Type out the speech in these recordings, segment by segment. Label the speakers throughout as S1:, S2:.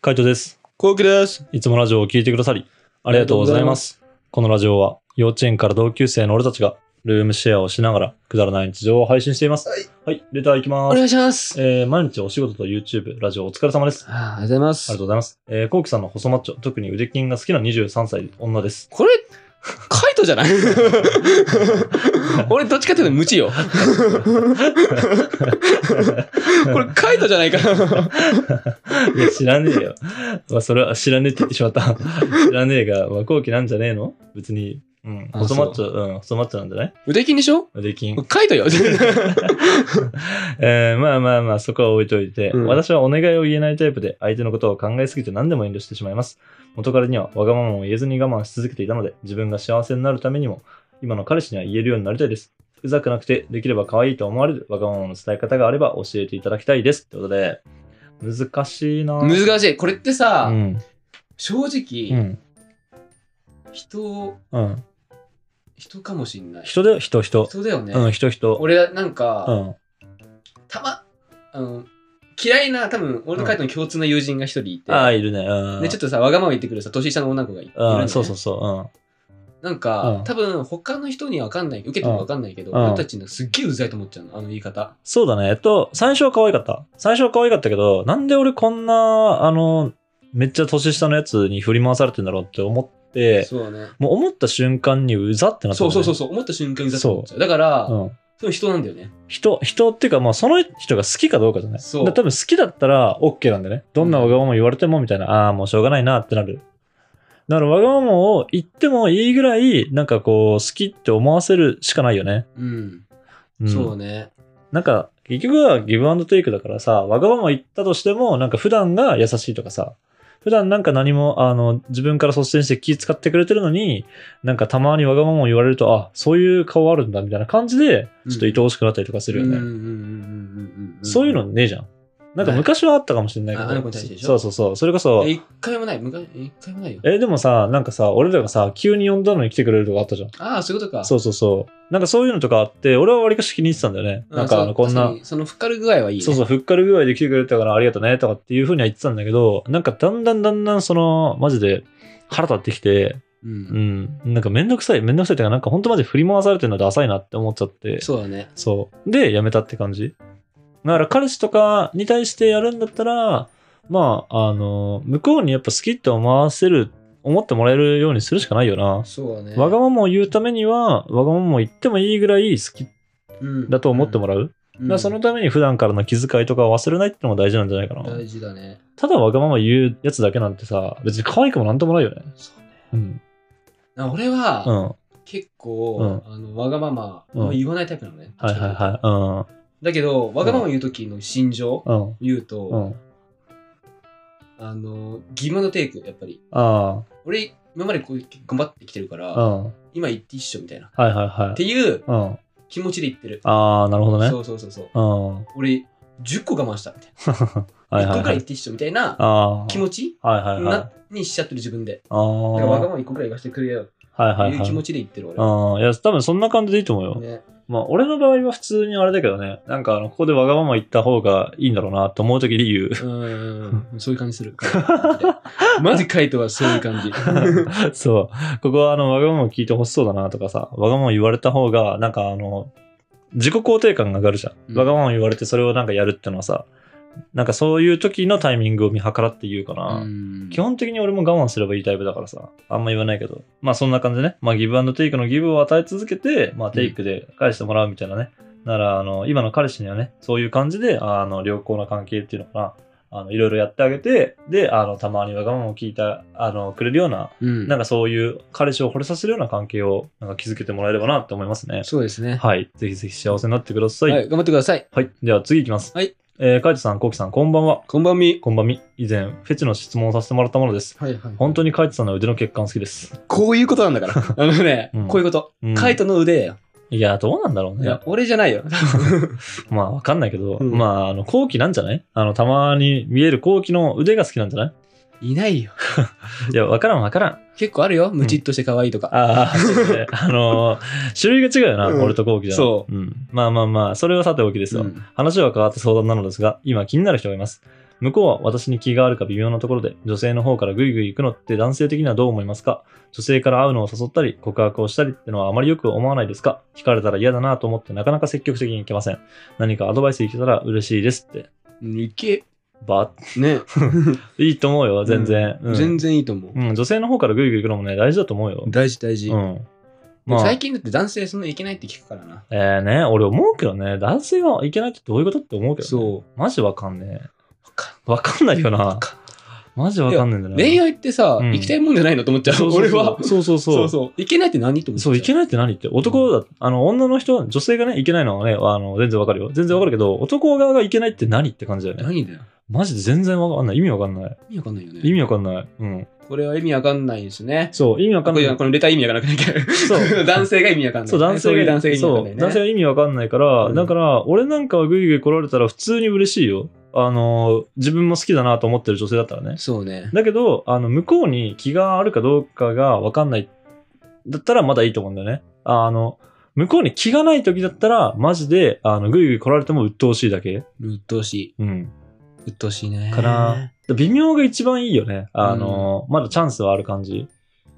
S1: 海斗です。
S2: コウキです。
S1: いつもラジオを聞いてくださり、ありがとうございます。このラジオは、幼稚園から同級生の俺たちが、ルームシェアをしながら、くだらない日常を配信しています。
S2: はい。
S1: はい、レターいきま
S2: お
S1: す。
S2: 願いします。
S1: えー、毎日お仕事と YouTube、ラジオお疲れ様です。あ
S2: あありがとうございま
S1: りが
S2: す
S1: と。うございます。えー、コウキさんの細マッチョ、特に腕筋が好きな23歳女です。
S2: これ、カイトじゃない俺どっちかっていうと無知よ。これカイトじゃないかな。
S1: いや、知らねえよ。 まあ、それは知らねえって言ってしまった。 知らねえが、まあ、後期なんじゃねえの別に。うん。
S2: あ
S1: 細マッチョ、うん、細マッチョなんじゃない
S2: 腕筋でしょ
S1: 腕筋。
S2: カイトよ。
S1: えー、まあまあまあ、そこは置いといて、
S2: うん
S1: 私はお願いを言えないタイプで、相手のことを考えすぎて何でも遠慮してしまいます。元彼にはわがままを言えずに我慢し続けていたので、自分が幸せになるためにも、今の彼氏には言えるようになりたいです。うざくなくて、できれば可愛いと思われるわがままの伝え方があれば教えていただきたいです。ってことで、難しいなぁ
S2: 難しい。これってさ、
S1: うん。
S2: 正
S1: う
S2: 直、
S1: ん。
S2: 人、
S1: うん。
S2: 人かもしんない。
S1: 人だよ、人、人。
S2: 人だよね。
S1: うん、人、人。
S2: 俺、なんか、
S1: うん。
S2: たま、あの、嫌いな、多分、俺とカイトの共通の友人が一人いて、
S1: ああ、いるね。うん。
S2: で、ちょっとさ、わがまま言ってくるさ、年下の女の子がいいる
S1: うん
S2: のね
S1: そうそうそ
S2: なんか、
S1: うん
S2: 多分他の人には分かんない受けても分かんないけど、
S1: うん
S2: 俺たちのすっげえうざいと思っちゃうのあの言い方
S1: う。そうだね。えっと、最初は可愛かった。最初は可愛かったけど、なんで俺こんな、あの、めっちゃ年下のやつに振り回されてんだろうって思って、
S2: そうだね
S1: もう思った瞬間にうざってなった、
S2: そう
S1: ね。
S2: そうそうそう思った瞬間にうざいと思っちゃうだから、
S1: うん。
S2: その人なんだよね
S1: 人、人っていうか、まあ、その人が好きかどうかじゃない。
S2: そう
S1: だから多分好きだったら OK なんだよね。どんなわがまま言われてもみたいな、ああ、もうしょうがないなってなる。だからわがままを言ってもいいぐらい、なんかこう、好きって思わせるしかないよね。
S2: うん、
S1: うん、
S2: そうね
S1: なんか、結局はギブアンドテイクだからさ、わがまま言ったとしても、なんか普段が優しいとかさ、普段なんか何も、あの、自分から率先して気使ってくれてるのに、なんかたまにわがままを言われると、あ、そういう顔あるんだみたいな感じで、ちょっと愛おしくなったりとかするよね。
S2: うんうんうんうんうんうん
S1: そういうのねえじゃん。なんか昔はあったかもしれないけど。
S2: ああの子に対してでし
S1: そ
S2: ょ
S1: うそうそう。それこそ
S2: え、一回もない昔一回もないよ
S1: え、でもさ、なんかさ、俺らがさ、急に呼んだのに来てくれるとかあったじゃん。
S2: ああそういうことか
S1: そうそうそう。なんかそういうのとかあって、俺はわりかし気に入ってたんだよね。
S2: あ
S1: なんかあ
S2: そ
S1: の、
S2: う
S1: こん
S2: 確
S1: な
S2: かに。そのふっかる具合はいい、ね、
S1: そうそう、ふっかる具合で来てくれたからありがとねとかっていうふうには言ってたんだけど、なんかだんだんだんだんその、マジで腹立ってきて、
S2: う、ん
S1: うん、なんかめんどくさい、めんどくさいっていうか、なんかほんとマジで振り回されてるのダサいなって思っちゃって、
S2: そうだね
S1: そう。で、やめたって感じ。だから彼氏とかに対してやるんだったら、まあ、あの、向こうにやっぱ好きって思わせる、思ってもらえるようにするしかないよな。
S2: そうだね
S1: わがままを言うためには、わがままを言ってもいいぐらい好きだと思っても
S2: ら
S1: らう。
S2: うん、
S1: だからそのために普段からの気遣いとかを忘れないってのが大事なんじゃないかな。
S2: 大事だね
S1: ただわがまま言うやつだけなんてさ、別に可愛くもなんともないよね。
S2: そうね
S1: うん。
S2: な俺は、
S1: うん。は
S2: 結構、あのわがまま、
S1: うん
S2: あんま言わないタイプなのね。
S1: いはいは
S2: だけど、わがまま言う時の心情、
S1: い。うん。
S2: 言う
S1: う
S2: と、
S1: ん。うん。
S2: あの、義務のテイク、やっぱり。
S1: あ
S2: 俺、今までこう頑張ってきてるから、
S1: あ。うん。はい
S2: 今言って一緒みたいな。
S1: はいは
S2: って
S1: い。
S2: いう
S1: うん。
S2: 気持ちで言ってる。
S1: ああ、なるほどね。
S2: そうそうそうそう。
S1: うん。
S2: 俺、10個我慢したみたいな。
S1: はいは
S2: 1個
S1: いはい
S2: くら言
S1: い。
S2: って一緒みたいな
S1: あ
S2: 気持ち
S1: あ。はいはいはい。
S2: なにしちゃってる自分で。
S1: ああ。
S2: だからわが
S1: は
S2: まま1個くらい言わせてくれよっ
S1: いは
S2: て
S1: い
S2: いう
S1: は
S2: 気持
S1: い。
S2: ちで言ってる俺。
S1: うん。いや、多分そんな感じでいいと思うよ。
S2: ね、
S1: まあ、俺の場合は普通にあれだけどね。なんか、あの、ここでわがまま言った方がいいんだろうなと思うときに言う。
S2: うーん、そういう感じする。 マジカイトはそういう感じ。
S1: そう。ここは、あの、わがまま聞いてほしそうだなとかさ、わがまま言われた方が、なんか、あの、自己肯定感が上がるじゃん。
S2: うん
S1: わがまま言われてそれをなんかやるってのはさ、なんかそういう時のタイミングを見計らって言うかな。
S2: うん
S1: 基本的に俺も我慢すればいいタイプだからさ、あんま言わないけど、まあそんな感じでね、まあギブアンドテイクのギブを与え続けて、まあテイクで返してもらうみたいなね。なら、あの、今の彼氏にはね、そういう感じで、あの、良好な関係っていうのかな、あの、いろいろやってあげて、で、あの、たまにわがままを聞いた、あの、くれるような、
S2: うん
S1: なんかそういう彼氏を惚れさせるような関係を、なんか築けてもらえればなって思いますね。
S2: そうですね。
S1: はい。ぜひぜひ幸せになってくださ。
S2: はいい、
S1: はい。
S2: 頑張ってください。
S1: では次いきます。
S2: はい。
S1: えー、カイトさん、コウキさん、こんばんは。
S2: こんばんみ。
S1: こんばんみ。以前、フェチの質問をさせてもらったものです。
S2: はいはい。
S1: 本当にカイトさんの腕の血管好きです。
S2: こういうことなんだから。 あのね、
S1: うん
S2: こういうこと。
S1: うん
S2: カイトの腕よ。
S1: いや、どうなんだろう
S2: い
S1: ね
S2: や。、俺じゃないよ。
S1: まあ、わかんないけど、
S2: うん
S1: まあ、あの、後期なんじゃないあの、たまに見える後期の腕が好きなんじゃない
S2: いないよ。
S1: いや、わからんわからん。
S2: 結構あるよ。ムチっとして可愛いとか。
S1: ああ、そうねあのー 種類が違うよな、
S2: うん
S1: 俺と後期じゃん。。
S2: そう
S1: うん。まあまあまあ、それはさておきですよ。
S2: うん
S1: 話は変わって相談なのですが、今気になる人がいます。向こうは私に気があるか微妙なところで、女性の方からグイグイ行くのって男性的にはどう思いますか女性から会うのを誘ったり、告白をしたりってのはあまりよく思わないですか惹かれたら嫌だなと思ってなかなか積極的に行けません。何かアドバイスいけたら嬉しいですって。
S2: いけ。
S1: ば、
S2: ね。
S1: いいと思うよ、全然。うん
S2: 全然いいと思う。
S1: うん、女性の方からグイグイ行くのもね、大事だと思うよ。
S2: 大事大事。
S1: うん。まあ
S2: 最、近だって男性そんないけないって聞くからな。
S1: えー、ね、俺思うけどね、男性はいけないってどういうことって思うけど、ね、。
S2: そう
S1: マジわかんねえ。
S2: わか
S1: わかんないよ
S2: わ
S1: な。
S2: か
S1: マジわかんねえんだ
S2: ん
S1: よ
S2: ない恋
S1: ね。
S2: 愛ってさ、
S1: うん
S2: 行きたいもんじゃないのと思っちゃ。
S1: そううそうそう
S2: 俺は。
S1: そうそうそう。
S2: そうそう。いけないって何と思っちゃ。
S1: そうう、いけないって何って、男だ、あの、女の人は、女性がね、いけないのはね、あの、全然わかるよ。全然わかるけど、男側がいけないって何って感じだよね。
S2: 何だよ。
S1: マジで全然わかんない。意味わかんない。
S2: 意味わかんないよね。
S1: 意味わかんない。うん。
S2: これは意味わかんないですね。
S1: そう、意味わか
S2: こ
S1: んな
S2: れ
S1: い。
S2: このレター意味わからなきゃいけない。
S1: そう
S2: 男性が意味わかんない。
S1: そう、男
S2: そうい
S1: 性
S2: う
S1: が、
S2: 男性が意味わ
S1: そ、
S2: かんないうね。
S1: 男性が意味わかんないから、
S2: うん
S1: だから、俺なんかはグイグイ来られたら、普通に嬉しいよ。あの、自分も好きだなと思ってる女性だったらね。
S2: そうね。
S1: だけど、あの、向こうに気があるかどうかがわかんない。だったらまだいいと思うんだよね。あの、向こうに気がない時だったら、マジで、あの、ぐいぐい来られても鬱陶しいだけ。
S2: うっとうしい。
S1: うん。
S2: うっとうしいね。
S1: かな。微妙が一番いいよね。あの、まだチャンスはある感じ。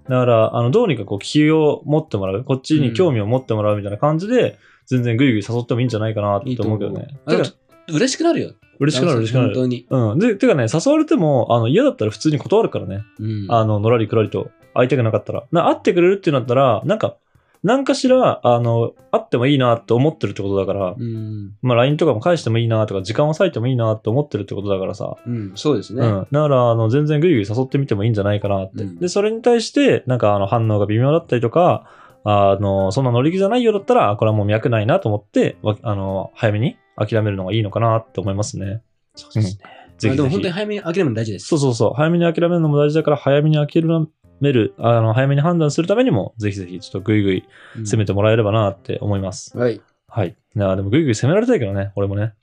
S1: だから、あの、どうにかこう、気を持ってもらう。こっちに興味を持ってもらうみたいな感じで、全然ぐいぐい誘ってもいいんじゃないかなって思うけどね。
S2: いいと思う
S1: て
S2: あ
S1: か
S2: だ嬉しくなるよ。
S1: 嬉しくなる嬉しくな
S2: 本当
S1: る。
S2: に。
S1: うん。で、てかね、誘われても、あの、嫌だったら普通に断るからね。
S2: うん。
S1: あの、のらりくらりと会いたくなかったら。な会ってくれるってなったら、なんか、なんかしら、あの、会ってもいいなって思ってるってことだから、
S2: うん。
S1: まあ、LINE とかも返してもいいなとか、時間を割いてもいいなって思ってるってことだからさ、
S2: うん。そうです
S1: う
S2: ね。
S1: ん。だから、あの、全然ぐいぐい誘ってみてもいいんじゃないかなって。
S2: うん
S1: で、それに対して、なんか、あの、反応が微妙だったりとか、あの、そんな乗り気じゃないようだったら、あこれはもう脈ないなと思って、わあの、早めに諦めるのがいいのかなって思いますね。
S2: そうですね。
S1: ぜ
S2: ま
S1: ひ
S2: あで
S1: ぜ
S2: も本
S1: ひ
S2: 当に。早めに諦めるの大事です。
S1: そうそうそう。早めに諦めるのも大事だから、早めに諦める、あの、早めに判断するためにも、ぜひぜひ、ちょっとぐいぐい
S2: うん
S1: 攻めてもらえればなって思います。
S2: はい。
S1: はい。いや、でもぐいぐい攻められたいけどね、俺もね。
S2: あ、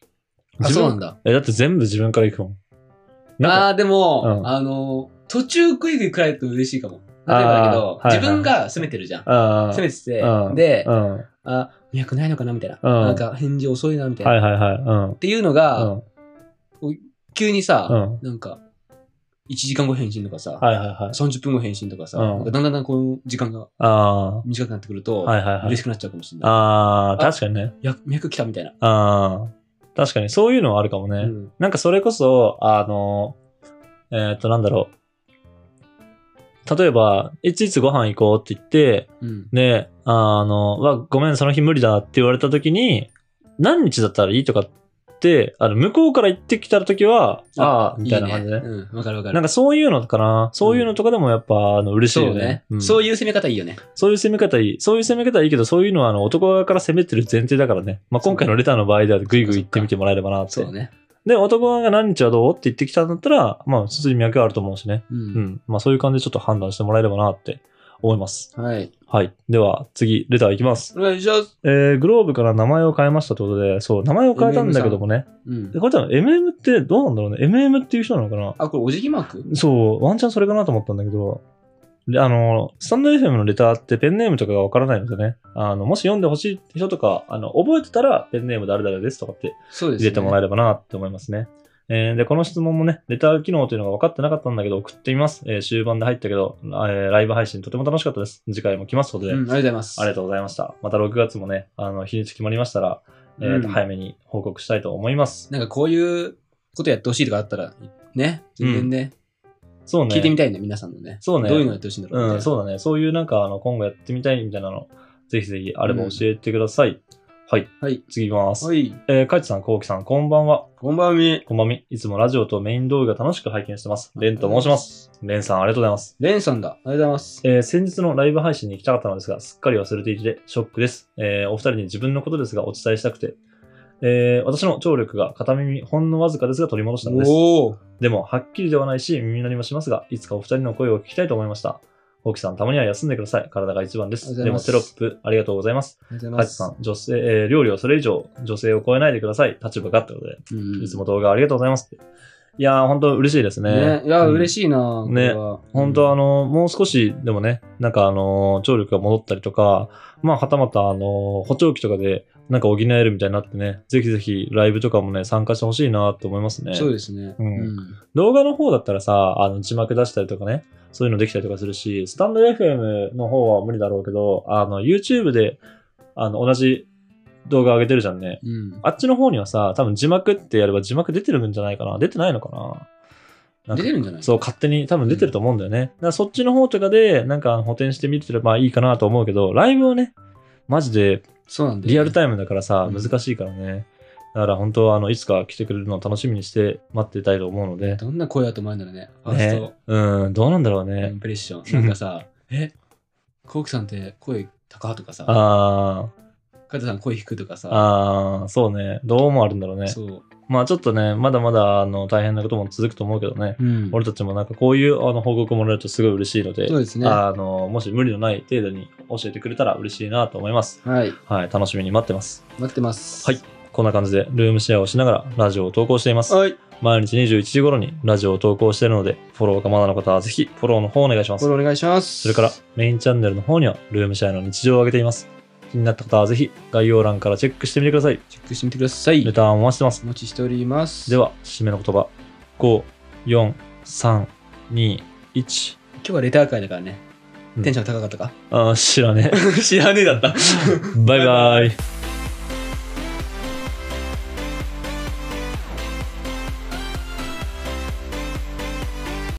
S1: 自
S2: そう
S1: 分
S2: なんだ。
S1: え、だって全部自分から行くもん。
S2: あ
S1: なんか、
S2: あー、でも、
S1: うん
S2: あの、途中クイグイ食らえると嬉しいかも。例えばだけど、
S1: あーはいはい
S2: 自分が攻めてるじゃん。
S1: ああ
S2: 攻めてて
S1: う、ん
S2: で、
S1: うん。は
S2: あ、脈ないのかなみたいな。
S1: うん
S2: なんか返事遅いなみた
S1: い
S2: いな。
S1: は
S2: っ
S1: いはい。うん。
S2: ていうのが、
S1: う
S2: 急にさ、
S1: ん。うん。
S2: なんか、1時間後返信とかさ、
S1: はいはいはい。
S2: 30分後返信とかさ、
S1: うん
S2: なんかだんだんだんこの時間が
S1: あ
S2: 短くなってくる
S1: あ。
S2: と、
S1: はいはいは
S2: 嬉
S1: い
S2: し。くなっちゃうかもしれない。
S1: ああ、確かにね。
S2: や脈来たみたいな。
S1: ああ。確かに、そういうのはあるかもね。
S2: うん
S1: なんかそれこそ、あの、えーっと、なんだろう。例えば、いついつご飯行こうって言って、
S2: うん。
S1: で、あの、わ、ごめん、その日無理だって言われた時に、何日だったらいいとかって、あの、向こうから言ってきた時は、ああ、みたいな感じ
S2: ね。
S1: ね。
S2: うん、わかるわかる。
S1: なんかそういうのかな、そういうのとかでもやっぱ、あの、嬉しい
S2: そう
S1: よ
S2: ね
S1: ね。うん。
S2: そういう攻め方いいよね。
S1: そういう攻め方いい。そういう攻め方いいけど、そういうのはあの男側から攻めてる前提だからね。まあ、今回のレターの場合ではグイグイ言ってみてもらえればなって
S2: そう。ね。
S1: で、男側が何日はどうって言ってきたんだったら、まあ、普通に脈はあると思うしね。
S2: う。
S1: うんん。まあ、そういう感じでちょっと判断してもらえればなって思います。
S2: はい。
S1: はい。では、次、レターいきます。
S2: お願いします。
S1: えー、グローブから名前を変えましたってことで、そう、名前を変えたんだけどもね。
S2: うん
S1: で。これ多分 MM ってどうなんだろうね。MM っていう人なのかな
S2: あ、これお辞儀マーク
S1: そう、ワンチャンそれかなと思ったんだけど、であの、スタンド FM のレターってペンネームとかがわからないのでね、あの、もし読んでほしい人とか、あの、覚えてたらペンネーム誰々ですとかって
S2: そうです、
S1: 入
S2: ね。
S1: れてもらえればなって思いますね。えーで、この質問もね、レター機能というのが分かってなかったんだけど、送ってみます。えー終盤で入ったけど、えーライブ配信とても楽しかったです。次回も来ますので、
S2: うん、ありがとうございます。
S1: ありがとうございました。また6月もね、あの、日にち決まりましたら、えー
S2: うん
S1: 早めに報告したいと思います。
S2: なんかこういうことやってほしいとかあったら、ね、全然ね、
S1: そうね。
S2: 聞いてみたいね、皆さんのね。
S1: そうね
S2: どういうのやってほしいんだろうみたい
S1: うん、
S2: な
S1: そうだね。そういうなんか、あの、今後やってみたいみたいなの、ぜひぜひあれば教えてください。はい。
S2: はい。
S1: 次行きます。
S2: はい。
S1: えー、かいちさん、こうきさん、こんばんは。
S2: こんばんみ。
S1: こんばんみ。いつもラジオとメイン動画楽しく拝見してます。レンと申します。
S2: す。
S1: レンさん、ありがとうございます。
S2: レンさんだ。ありがとうございます。
S1: えー先日のライブ配信に行きたかったのですが、すっかり忘れていて、ショックです。えーお二人に自分のことですが、お伝えしたくて、えー私の聴力が片耳ほんのわずかですが取り戻したのです。
S2: おお。
S1: でも、はっきりではないし、耳鳴りもしますが、いつかお二人の声を聞きたいと思いました。ホキさん、たまには休んでください。体が一番で
S2: あ
S1: す。
S2: りがと
S1: で
S2: うご
S1: も、
S2: ざ
S1: テ
S2: いま
S1: ロ
S2: す
S1: ップ、ありがとうございます。
S2: ありがとうご
S1: カ
S2: ざいま
S1: チ
S2: す。
S1: さん、女性、えー料理はそれ以上、女性を超えないでください。立場がってことで、
S2: うん
S1: いつも動画ありがとうございますって。いやー、本当嬉しいですね。
S2: ね。いや、
S1: うん
S2: 嬉しいな。
S1: ね本当あの、もう少しでもね、なんかあの、聴力が戻ったりとか、まあ、はたまたあの、補聴器とかで、なんか補えるみたいになってね、ぜひぜひライブとかもね、参加してほしいなって思いますね。
S2: そうですね。
S1: うん動画の方だったらさ、あの、字幕出したりとかね、そういうのできたりとかするし、スタンド FM の方は無理だろうけど、あの、YouTube で、あの、同じ動画上げてるじゃんね。
S2: うん。
S1: あっちの方にはさ、多分字幕ってやれば字幕出てるんじゃないかな出てないのかななん
S2: 出
S1: か
S2: てるんじゃない
S1: そう、勝手に多分出てると思うんだよね。だからそっちの方とかで、なんか補填してみてればいいかなと思うけど、ライブをね、マジで
S2: そうなんだよね。
S1: リアルタイムだからさ、
S2: うん
S1: 難しいからね。だから本当はあの、いつか来てくれるのを楽しみにして待ってたいと思うので。
S2: どんな声だと思うんだろうね。ファース
S1: ね、うん、どうなんだろうね。
S2: トインプレッション。なんかさ、え、コウキさんって声高とかさ、
S1: あ
S2: カズさん声低とか
S1: あ、
S2: さ、
S1: ああ、そうね。どうもあるんだろうね。
S2: そう。
S1: まあちょっとね、まだまだあの大変なことも続くと思うけどね。
S2: うん
S1: 俺たちもなんかこういうあの報告もらえるとすごい嬉しいので、
S2: そうですね。は
S1: あのもし無理のない程度に教えてくれたら嬉しいなと思います。
S2: い。
S1: はい、楽しみに待ってます。
S2: 待ってます。
S1: はい。こんな感じでルームシェアをしながらラジオを投稿しています。
S2: はい。
S1: 毎日21時頃にラジオを投稿しているので、フォローがまだの方はぜひフォローの方お願いします
S2: こ。れお願いします。
S1: それからメインチャンネルの方にはルームシェアの日常を上げています。気になった方はぜひ概要欄からチェックしてみてください。
S2: チェックしてみてください。
S1: レターンを回してます
S2: お。待ちしております。
S1: で、は、締めの言葉。5、4、3、2、1。
S2: 今日はレター会だからね
S1: う。ん
S2: テンション高かったか
S1: あー知らねえ。
S2: 知らねえだった。
S1: バイバイ。